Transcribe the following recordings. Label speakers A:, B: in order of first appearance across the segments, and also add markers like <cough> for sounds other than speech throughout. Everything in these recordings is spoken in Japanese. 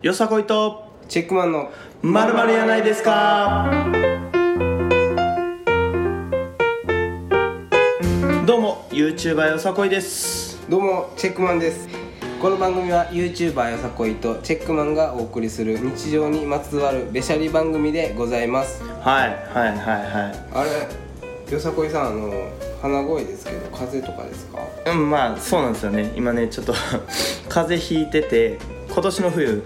A: よさこいと
B: チェックマンの
A: まるまるやないですかどうも YouTuber よさこいです
B: どうもチェックマンですこの番組は YouTuber よさこいとチェックマンがお送りする日常にまつわるべしゃり番組でございます
A: はいはいは
B: あれよさこいさんあの鼻声ですけど風邪とかですか
A: いはいうんまあそうなんですよね今ねちょっと <laughs> 風邪ひいてて今年の冬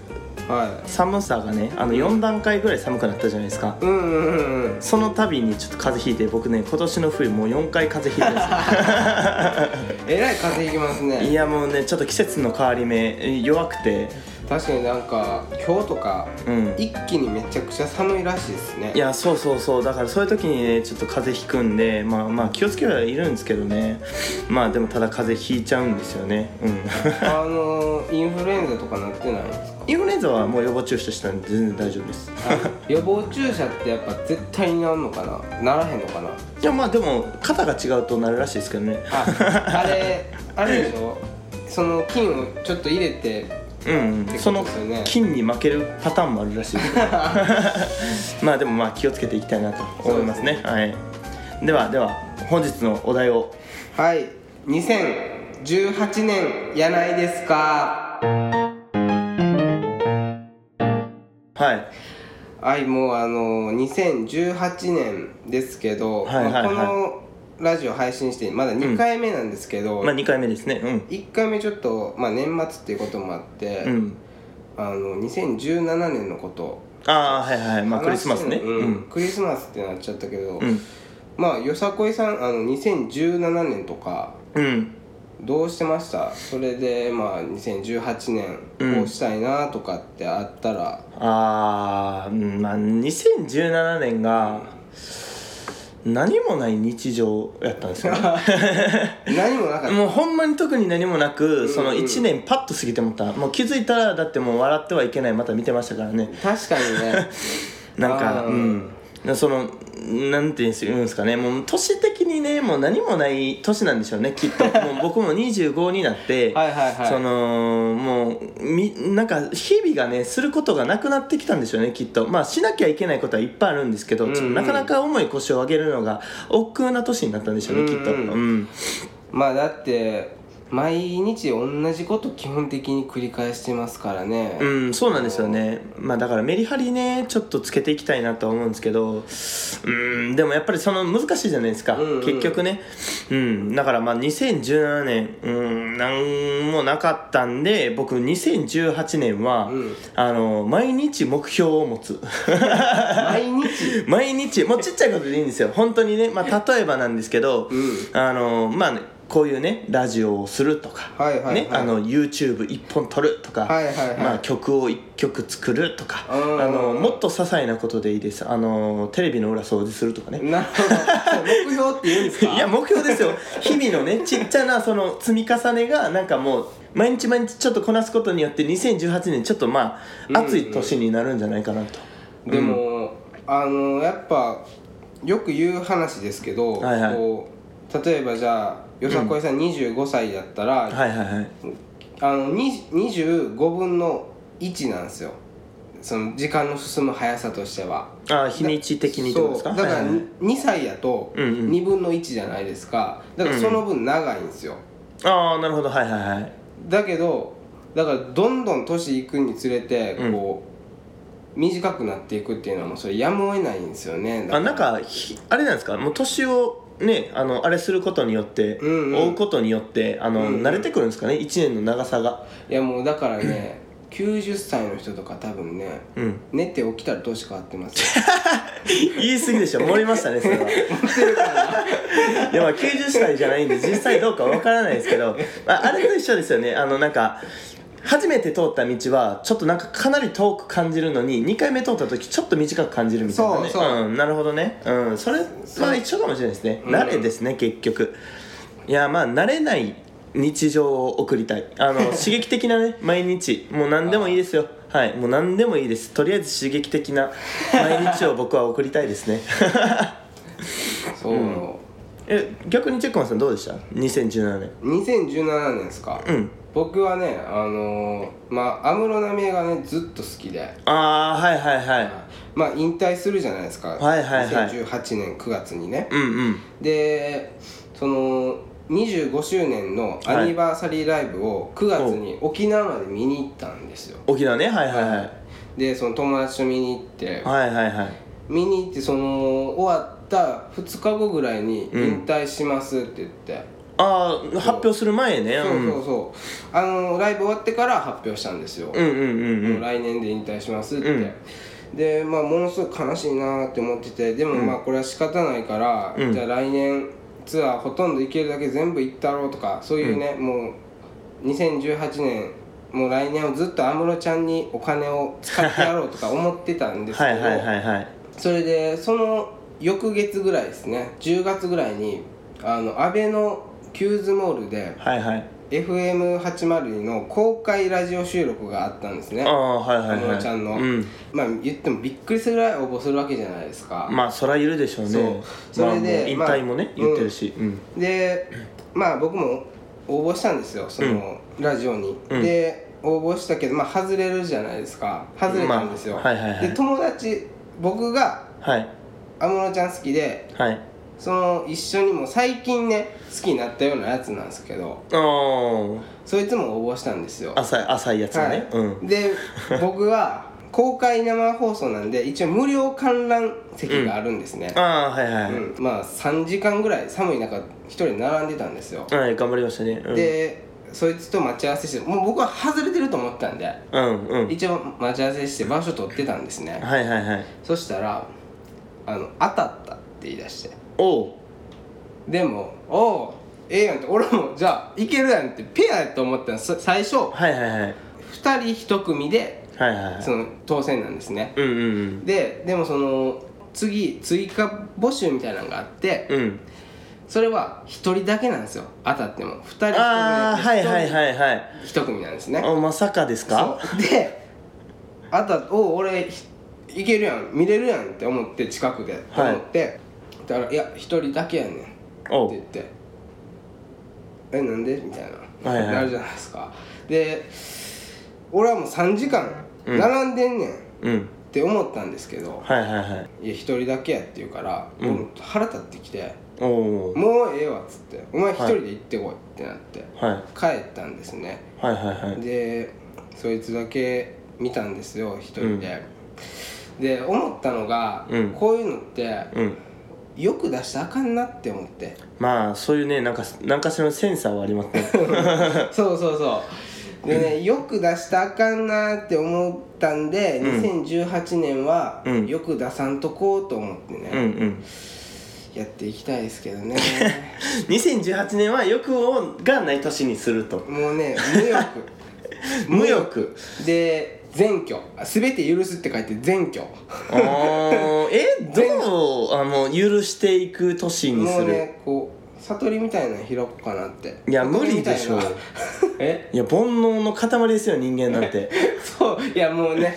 B: は
A: 寒さがねあの4段階ぐらい寒くなったじゃないですか
B: いうんうんうんうん
A: その度にちょっと風邪ひいて僕ね今年の冬もう4回風邪ひいてるんですよ
B: えらい風邪ひきます
A: い
B: ね
A: やもうねちょっと季節の変わり目弱くて
B: 確かになんか今日とか、
A: うん
B: 一気にめちゃくちゃ寒いらしいですね
A: いやそうそうそうだからそういう時にねちょっと風邪ひくんでまあまあ気をつけてはいるんですけどねまあでもただ風邪ひいちゃうんですよねうん <laughs>
B: あのインフルエンザとかなってないんですか
A: インフルエンザはもう予防注射したんで全然大丈夫です
B: 予防注射ってやっぱ絶対になるのかなならへんのかない
A: やまあでも肩が違うとなるらしいですけどね
B: ああれあれでしょその菌をちょっと入れて
A: うん、
B: て
A: そ
B: こと
A: の
B: ですよね
A: 菌に負けるパターンもあるらしいです <laughs>
B: <laughs>
A: まあでもまあ気をつけていきたいなと思いますねはいではでは本日のお題を
B: はい2018年やないですか
A: はい
B: はいもうあの2018年ですけど、
A: はいはい
B: まあ
A: はい
B: このラジオ配信してまだ2回目なんですけど、
A: まあ2回目ですね
B: 1回目ちょっと、まあ、年末っていうこともあって、
A: うんうん
B: あの2017年のこと
A: ああはいはいまあクリスマスね
B: 話して
A: う
B: うん
A: ん
B: クリスマスってなっちゃったけど、
A: うん
B: まあよさこいさんあの2017年とか
A: うん
B: どうしてましたそれでまあ2018
A: うん
B: 年こうしたいなとかってあったら、
A: あーうんまあ2017年が何もない日常やったんですよ
B: <laughs>
A: ね
B: 何もなかっ
A: もうほんまに特に何もなくその1年パッと過ぎてもったもう気づいたらだってもう笑ってはいけないまた見てましたからね
B: た確かに
A: <laughs>
B: ね
A: なんか
B: あー
A: うんそのなんていうんですかねもう年的にねもう何もない年なんでしょうねきっともう僕も25になって
B: <laughs> はいはいはい
A: そのもうみなんか日々がねすることがなくなってきたんでしょうねきっとまあしなきゃいけないことはいっぱいあるんですけど、
B: うんうん
A: ちょっとなかなか重い腰を上げるのが億劫な年になったんでしょうね、きっと、
B: うんう
A: うん、
B: まあだって毎日同じこと基本的に繰り返してますからね、
A: うん、そうなんですよねまあだからメリハリねちょっとつけていきたいなとは思うんですけどうんでもやっぱりその難しいじゃないですか、
B: うんうん
A: 結局ねうんだからまあ2017年うんなんもなかったんで僕2018年は、
B: うん
A: あの毎日目標を持つ
B: 毎日
A: <laughs> 毎日もうちっちゃいことでいいんですよ本当にねまあ例えばなんですけど、
B: うん
A: あのまあねこういうねラジオをするとか、
B: はいはいはい
A: ね、あの YouTube 一本撮るとか、
B: はいはいはい
A: まあ、曲を一曲作るとか
B: うん
A: あのもっと些細なことでいいですあのテレビの裏掃除するとかね
B: なるほどそう目標って言うんです
A: <laughs>
B: か
A: いや目標ですよ日々のねちっちゃなその積み重ねがなんかもう毎日毎日ちょっとこなすことによって2018年ちょっとまあ暑い年になるんじゃないかなと、
B: でも、あのやっぱよく言う話ですけど、
A: はいはい
B: こう例えばじゃあよさこいさん25歳だったら、
A: はいはいはい
B: あのに25分の1なんですよその時間の進む速さとしては。
A: あ日にち的にってことですか
B: そうだから
A: はいはいはい
B: 2歳やと
A: うんうん
B: 2分の1じゃないですかだからその分長いんですよ、
A: ああなるほどはいはいはい
B: だけどだからどんどん年いくにつれて
A: うん
B: こう、短くなっていくっていうのはもうそれやむを得ないんですよねだから
A: あなんかひあれなんですかもう年をねあのあれすることによって、
B: うんうん
A: 追うことによってあの、
B: うんうん
A: 慣れてくるんですかね1年の長さが
B: いやもうだからね90歳の人とか多分ね
A: うん
B: 寝て起きたら年変わってます
A: <laughs>
B: よ
A: 言い過ぎでしょ盛りましたねそれはいやまあ90歳じゃないんで実際どうかわからないですけど、まあ、あれと一緒ですよねあのなんか初めて通った道はちょっとなんかかなり遠く感じるのに2回目通った時ちょっと短く感じるみたいなね、
B: そうそうん
A: なるほどねうんそれは一緒かもしれないですね
B: うん
A: 慣れですね、結局いやまあ慣れない日常を送りたいあ
B: <laughs>
A: の刺激的なね毎日もう何でもいいですよはいもう何でもいいですとりあえず刺激的な毎日を僕は送りたいですね <laughs>
B: そう、
A: え逆にチェックマンさんどうでした2017年
B: 2017年ですか
A: うん
B: 僕はねあのーまあ安室奈美恵がねずっと好きで、
A: ああはいはいはい
B: まあ引退するじゃないですか、
A: はいはいはい
B: 2018年9月にね、
A: うんうん
B: でその25周年のアニバーサリーライブを9月に沖縄まで見に行ったんですよ
A: 沖縄ねはいはいはい
B: でその友達と見に行って
A: はいはいはい
B: 見に行ってその終わった2日後ぐらいに引退しますって言って、
A: ああ発表する前ねうん
B: そうそうそうあのライブ終わってから発表したんですよ、
A: うんうんうんうん
B: もう来年で引退しますって、
A: うん
B: でまあものすごく悲しいなって思っててでもまあこれは仕方ないから、
A: うん
B: じゃあ来年ツアーほとんど行けるだけ全部行ったろうとかそういうね、もう2018年もう来年をずっと安室ちゃんにお金を使ってやろうとか思ってたんですけ
A: は
B: ど
A: いはいはいはい
B: それでその翌月ぐらいですね10月ぐらいにあの安倍のキューズモールで
A: はいはい
B: FM802 の公開ラジオ収録があったんですね
A: ああはいはい
B: 安
A: は
B: 室
A: い
B: ちゃんの
A: うん
B: まあ言ってもびっくりするぐらい応募するわけじゃないですか、
A: まあそらいるでしょうね
B: そうそれで
A: まあもう引退もね
B: まあ
A: 言ってるしうん
B: でまあ僕も応募したんですよそのラジオに、
A: うん
B: で応募したけどまあ外れるじゃないですか外れたんですよ、
A: まあはいはいはい
B: で友達僕が
A: はい
B: 安室ちゃん好きで
A: はい
B: その一緒にもう最近ね好きになったようなやつなんですけど
A: あー
B: そいつも応募したんですよ
A: 浅い浅いやつだねうん
B: はい、で僕は公開生放送なんで一応無料観覧席があるんですね、
A: ああはいはい
B: うんまあ3時間ぐらい寒い中一人並んでたんですよ、
A: はい頑張りましたねうん
B: でそいつと待ち合わせしてもう僕は外れてると思ってたんで
A: うんうん
B: 一応待ち合わせして場所取ってたんですね
A: はいはいはい
B: そしたら「あの当たった」って言い出して
A: おう
B: でも「おうええやん」って俺もじゃあいけるやんってペアやと思ったんです最初
A: はいはいはい
B: 2人1組で
A: はいはいはい
B: その当選なんですね
A: うんうん
B: ででもその次追加募集みたいなのがあって
A: うんうん
B: それは1人だけなんですよ当たっても2人
A: ああはいはい
B: い
A: はいはい
B: 1組なんですね
A: あまさかですか
B: そうであたお俺ひ行けるやん見れるやんって思って近くで、と思ってだから「いや一人だけやねん」って
A: お
B: 言
A: う
B: って「えなんで?」みたいな、
A: はいはい
B: なるじゃないですかで俺はもう3時間
A: うん
B: 並んでんねんっ
A: うん
B: て思ったんですけど
A: はいはいはい
B: 「いや一人だけや」って言うから、
A: うん
B: もう腹立ってきて
A: お
B: 「
A: お
B: もうええわ」っつって「お前一人で行ってこい」ってなって、
A: はい
B: 帰ったんですね
A: はいはいはい
B: でそいつだけ見たんですよ一人で、で思ったのが、
A: うん
B: こういうのって
A: うん
B: よく出したらあかんなって思って
A: <laughs> まあそういうねなんかなんかしらのセンサーはありますね
B: そうそうそうでねよく出したらあかんなって思ったんで、
A: うん
B: 2018年は、
A: うん
B: よく出さんとこうと思って
A: うん
B: ね、
A: うん
B: やっていきたいですけどね
A: 2018年は欲をがない年にすると
B: もうね無
A: <laughs> 無
B: 欲
A: 欲
B: で全挙あ全て許すって書いて全挙
A: あー <laughs> えどうあの許していく年に
B: も
A: す
B: う
A: る、
B: ねこう悟りみたいなの開こうかなって
A: いや無理でしょう
B: 悟りみたいなえ
A: いや煩悩の塊ですよ人間なんて <laughs>
B: そういやもうね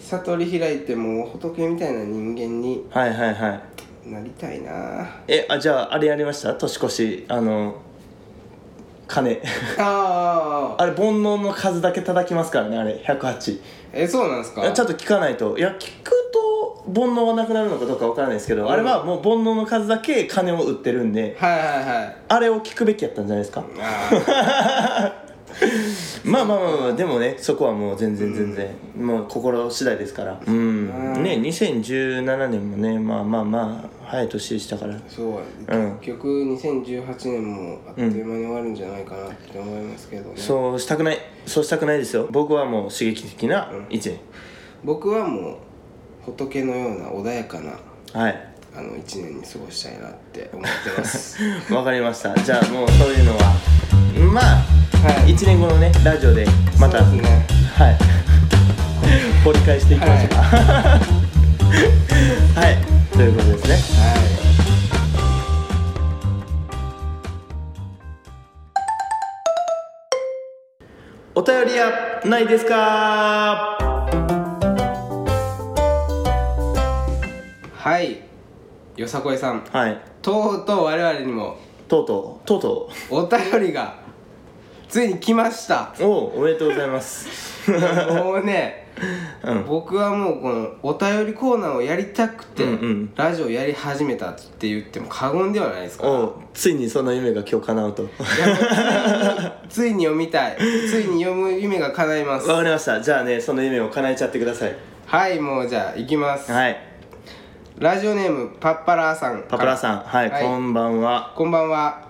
B: 悟り開いてもう仏みたいな人間に
A: はいはいはい
B: なりたいな
A: えあじゃああれやりました年越しあの金 <laughs>
B: ああ
A: あれ煩悩の数だけ叩きますからねあれ108
B: えそうなんですか
A: あちょっと聞かないといや聞くと煩悩がなくなるのかどうかわからないですけど、あれはもう煩悩の数だけ金を売ってるんで
B: はいはいはい
A: あれを聞くべきやったんじゃないですか
B: あ
A: <laughs>
B: ー
A: まあまあまあまあでもねそこはもう全然全然、もう心次第ですからうん
B: うん
A: ね2017年もねまあまあまあ早い年でしたから
B: そう
A: うん
B: 結局2018年もあっという間に終わるんじゃないかなって思いますけどね、
A: そうしたくないそうしたくないですよ僕はもう刺激的な一年、
B: 僕はもう仏のような穏やかな
A: はい
B: あの1年に過ごしたいなって思ってます
A: わかりましたじゃあもうそういうのはまあ、
B: はい
A: 1年後のねラジオで <laughs> また、
B: そうですね
A: はい <laughs> 掘り返していきましょうかはい、ということですね
B: はい
A: お便りやないですか
B: はいよさこいさん
A: はい
B: とうとう我々にも
A: とうとうとうと
B: お便りがついに来
A: <laughs>
B: ました
A: おおおめでとうございます <laughs>
B: もうね
A: うん
B: 僕はもうこのお便りコーナーをやりたくて、
A: うんうん
B: ラジオやり始めたって言っても過言ではないですから
A: おうついにその夢が今日叶
B: <laughs>
A: うと
B: いやもう <laughs> ついについに読みたいついに読む夢が叶います
A: わかりましたじゃあねその夢を叶えちゃってください
B: はいもうじゃあ行きます、
A: はい
B: ラジオネームパッパラーさんから
A: パパラさんはい、
B: はい
A: こんばんは
B: こんばんは、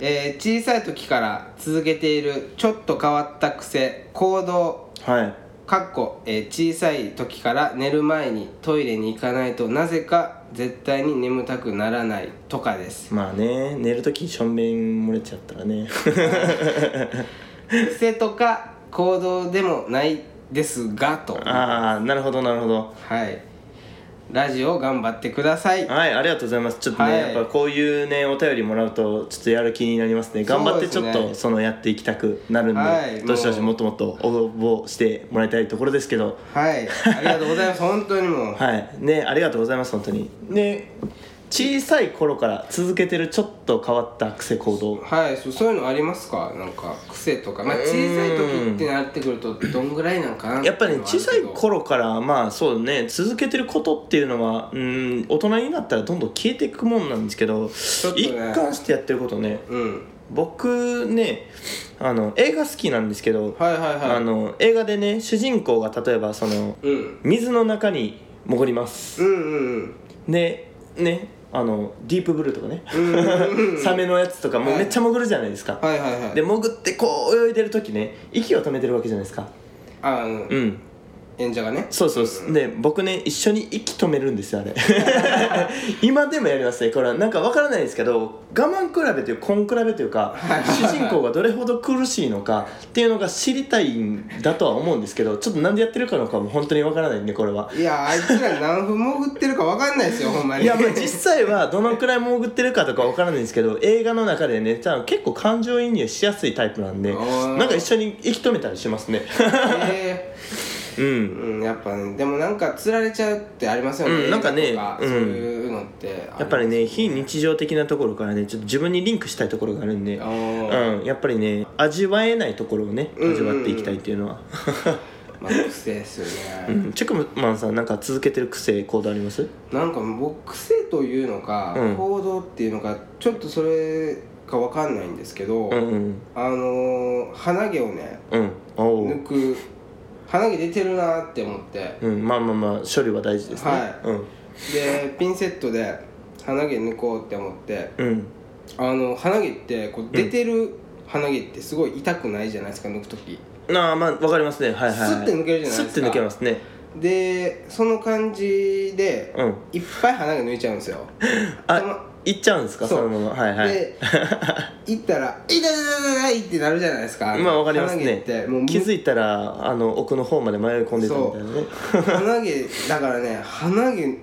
B: えー小さい時から続けているちょっと変わった癖行動
A: はい
B: かっこ、えー小さい時から寝る前にトイレに行かないとなぜか絶対に眠たくならないとかです
A: まあね寝るときしょんべん漏れちゃったらね <laughs>
B: 癖とか行動でもないですがと
A: ああなるほどなるほど
B: はいラジオ頑張ってください
A: はいありがとうございますちょっとね、
B: はい
A: やっぱこういうねお便りもらうとちょっとやる気になりますね頑張ってち
B: そ
A: ょ
B: うで
A: っ
B: すね
A: とそのやっていきたくなるんで、
B: はい
A: どしどし
B: もう
A: もっともっと応募してもらいたいところですけど
B: はいありがとうございます本当にもう
A: はいねありがとうございます本当にね小さい頃から続けてるちょっと変わった癖行動
B: はいそうそういうのありますかなんか癖とかまあ
A: うーん
B: 小さい時ってなってくるとどんぐらいなんかな
A: やっぱり、ね、
B: て
A: 小
B: うの
A: さ
B: はある
A: い
B: けど
A: 頃からまあそうね続けてることっていうのはうん大人になったらどんどん消えていくもんなんですけど、
B: ょっとね
A: 一貫してやってることね
B: うん
A: 僕ねあの映画好きなんですけど、
B: はいはい
A: あ
B: はい
A: の映画でね主人公が例えばその
B: うん
A: 水の中に潜ります
B: うんうん
A: でねあのディープブルーとかね、
B: うんうんうんうん
A: サメのやつとかも
B: は
A: う
B: い
A: めっちゃ潜るじゃないですか、
B: はいはいはい
A: で潜ってこう泳いでる時ね息を止めてるわけじゃないですか
B: ああの
A: うん
B: 演者がね
A: そうそうそうで僕ね一緒に息止めるんですよあれ <laughs> 今でもやりますねこれはなんかわからないですけど我慢比べという根比べというか主人公がどれほど苦しいのかっていうのが知りたいんだとは思うんですけどちょっとなんでやってるかのかも本当にわからないんでこれはい
B: やあいつら何分潜ってるかわかんないですよほんまに
A: いやまあ実際はどのくらい潜ってるかとかわからないんですけど映画の中でね多分結構感情移入しやすいタイプなんで
B: あー
A: なんか一緒に息止めたりしますね <laughs>
B: <laughs> え
A: うん
B: ーうんやっぱねでもなんか釣られちゃうってありますよね、
A: うんなんかね
B: 映画
A: う
B: とか
A: ん
B: そういうのって
A: やっぱ
B: り
A: りね非日常的なところからねちょっと自分にリンクしたいところがあるんで
B: あー
A: うん、やっぱりね味わえないところをね
B: うんうん
A: 味わっていきたいっていうのは、
B: まあ癖ですよ
A: う
B: ね、
A: んチェックマンさんなんか続けてる癖行動あります
B: なんか僕癖というのか、
A: うん
B: 行動っていうのかちょっとそれかわかんないんですけ
A: う
B: ど、
A: んうん
B: あのー、鼻毛をね
A: うんおう
B: 抜く鼻毛出てるなって思って
A: うんまあまあまあ処理は大事ですね、
B: は
A: うん <laughs>
B: でピンセットで鼻毛抜こうって思って
A: うん
B: あの鼻毛ってこう出てる鼻毛ってすごい痛くないじゃないですか抜く時
A: なあまあわかりますねはいはい、はい、
B: スッて抜けるじゃないですか
A: スッて抜けますね
B: でその感じで
A: うん
B: いっぱい鼻毛抜いちゃうんですよ
A: <laughs> あ行っちゃうんですか
B: そ
A: そうのままはいはい
B: で行ったら「痛い痛い痛い痛い」ってなるじゃないですか
A: まあわかります
B: 鼻毛って
A: ね
B: もう
A: 気づいたらあの奥の方まで迷い込んでたみたいなね
B: 鼻毛だからね鼻毛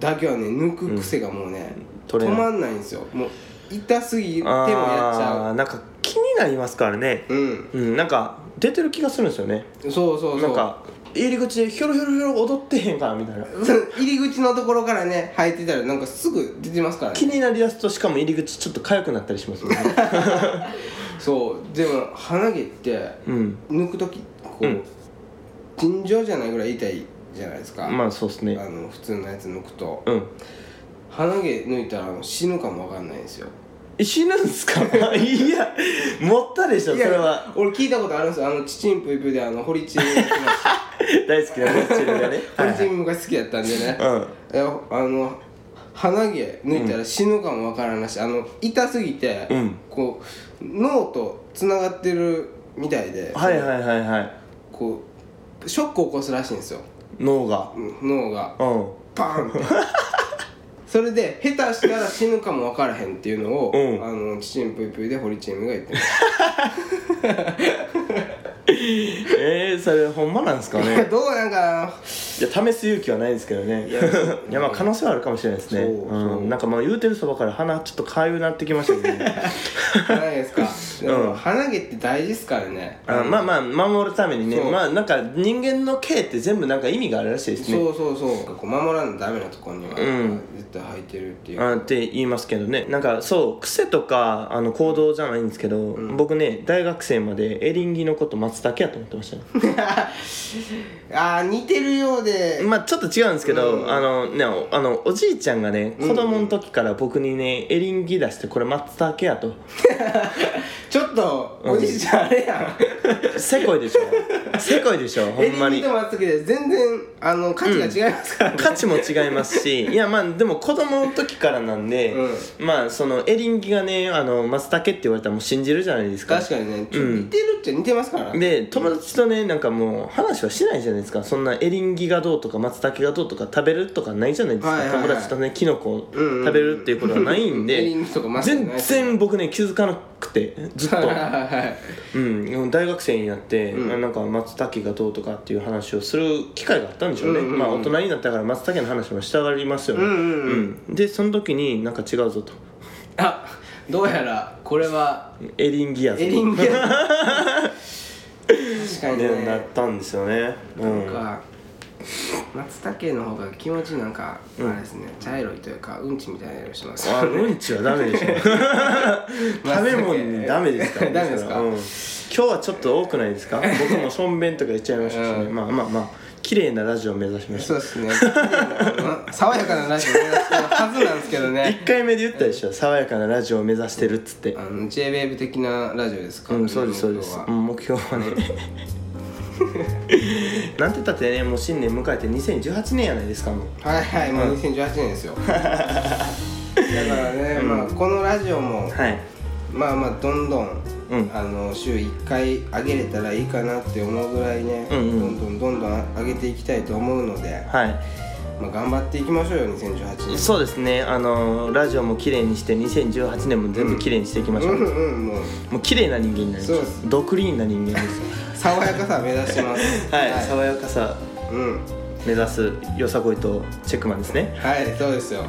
B: だけはね抜く癖がもうね、
A: 取れ
B: 止
A: ない
B: まんないんですよもう痛すぎてもやっち
A: あー
B: ゃ
A: なんか気になりますからね
B: ううん
A: うんなんか出てる気がするんですよね
B: そうそうそう
A: なんか入り口でヒョロヒョロヒョロ踊ってへんからみたいな
B: <laughs> 入り口のところからね生えてたらなんかすぐ出てますから
A: 気
B: ね
A: になりだすとしかも入り口ちょっと痒くなったりしますよね
B: <laughs> そうでも鼻毛って
A: うん
B: 抜く時こう、
A: うん
B: 尋常じゃないぐらい痛いじゃないですか、
A: まあそうっす
B: あ
A: ね
B: の普通のやつ抜くと
A: うん
B: 鼻毛抜いたらもう死ぬかもわかんないんですよ
A: え死ぬんすか <laughs> いや持ったでしょそれは
B: 俺聞いたことあるんですよあのチチンプイプであの堀ちえみが
A: 大好きなモッチェル
B: <laughs>
A: がねはい
B: 堀
A: は
B: ちえ
A: い
B: み昔好きやったん
A: <laughs>
B: でね
A: うん
B: いやあの鼻毛抜いたら死ぬかもわからないし、あの痛すぎて、
A: うん
B: こう脳とつながってるみたいで、
A: はいはいはいはい
B: こうショックを起こすらしいんですよ
A: 脳が
B: うん脳が
A: うん
B: バ
A: <laughs>
B: ーンってそれで下手したら死ぬかもわからへんっていうのを、
A: うん
B: あのチチンプイプイで堀ちえみが言ってまし
A: えー、それほんまなんすか
B: た <laughs>
A: ね
B: どうなんか
A: いや試す勇気はないですけどね
B: ないやそう
A: いやまあ可能性はあるかもしれないですね
B: そうそう
A: う
B: <laughs>
A: ん、なんかまあ言うてるそばから鼻ちょっとかゆくなってきましたけどね
B: じゃないですかでも鼻毛って大事ですからね
A: あまあまあ守るためにね
B: そう
A: まあなんか人間の毛って全部なんか意味があるらしいですね
B: そうそうそうこう守らんとダメなとこには、
A: うん
B: 絶対履いてるっていう <laughs>
A: あって言いますけどねなんかそう癖とかあの行動じゃないんですけど、僕ね大学生までエリンギのこと松茸やと思ってま
B: <laughs>
A: したね
B: あー似てるようで、
A: まあちょっと違うんですけど、
B: うん
A: あのねあのおじいちゃんがね子供の時から僕にねエリンギ出してこれ松茸やと
B: ちょっとおじいちゃんあれや
A: せこいでしょせこいでしょ
B: ん、
A: ほ
B: <laughs> エ
A: ん
B: リ
A: ま
B: ン
A: に
B: ギと松茸で全然あの価値が違いますからね、
A: 価値も違いますしいやまあでも子供の時からなんで、
B: う
A: まあそのエリンギがねあの松茸って言われたらもう信じるじゃないですか
B: 確かにねちょ
A: うん
B: 似てるっちゃ似てますから、
A: で友達とねなんかもう話はしないじゃないですかそんなエリンギがどうとか松茸がどうとか食べるとかないじゃないですか、
B: はいはいはい
A: 友達とねキノコを
B: うんうん
A: 食べるっていうことはないん
B: <laughs> エ
A: で、
B: リンギとか松茸
A: 全
B: ない
A: 然僕ね気づかなくてずっと
B: <laughs> はいはい
A: うん、大学生になって、
B: うん
A: あなんか松茸がどうとかっていう話をする機会があったんでしょうね、
B: うんうんうん
A: まあ大人になったから松茸の話もしたがりますよね、
B: うんうんうん
A: うんでその時になんか違うぞと
B: あどうやらこれは
A: エリンギやぞ
B: エリン
A: <laughs>
B: ギ確かに
A: で
B: ね
A: なったんですよねう
B: なん
A: ん
B: か松茸の方が気持ちなんかあれですね、茶色いというかうんちみたいな色してます
A: あうんちはダメでしょ
B: <laughs>
A: 食べ物にダメですから
B: ダメですか
A: うん、今日はちょっと多くないですか僕もしょんべんとか言っちゃいましたしね、
B: う
A: まあまあまあ綺麗なラジオを目指しまし
B: <laughs> そ
A: た
B: うですね <laughs> 爽やかなラジオ目指してるはずなんですけどね
A: 1回目で言ったでしょ爽やかなラジオを目指してるっつって
B: あの JWAVE 的なラジオですか
A: う
B: らね、
A: ん、そうですそうです
B: 今。日
A: う
B: は
A: ん目標はね。なんて言ったってね、もう新年迎えて2018年やないですかもう。
B: はいはいもう2018
A: <laughs>
B: 年ですよだからね、まあ、このラジオも
A: はい。
B: まあまあどんどん、
A: うん
B: あの週1回上げれたらいいかなって思うぐらいね、
A: うんうん
B: どんどんどんどん上げていきたいと思うので、
A: はい。
B: まあ、頑張っていきましょうよ2018年
A: そうですね。あのーラジオも綺麗にして2018年も全部綺麗にしていきましょう。
B: うんうんもう
A: もう綺麗な人間になりましょ
B: そう
A: う。
B: で
A: ドクリーンな人間です。
B: 爽やかさ目指してます
A: <laughs> はい、爽やかさ
B: うん
A: 目指すよさこいとチェックマンですね。
B: はいそ
A: <laughs>
B: うですよ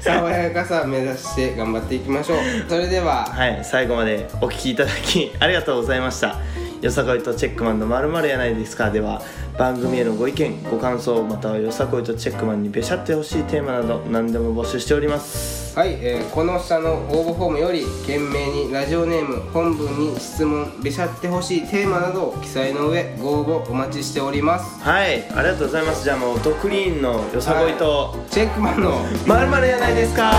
B: 爽やかさ目指して頑張っていきましょうそれでは、
A: はい、最後までお聞きいただき <laughs> ありがとうございました。よさこいとチェックマンのまるまるやないですかでは番組へのご意見ご感想またはよさこいとチェックマンにべしゃってほしいテーマなど何でも募集しております
B: はい、えーこの下の応募フォームより懸命にラジオネーム本文に質問べしゃってほしいテーマなどを記載の上ご応募お待ちしております
A: はいありがとうございますじゃあもうドクリーンのよさこいと
B: チェックマンの
A: まるまるやないですか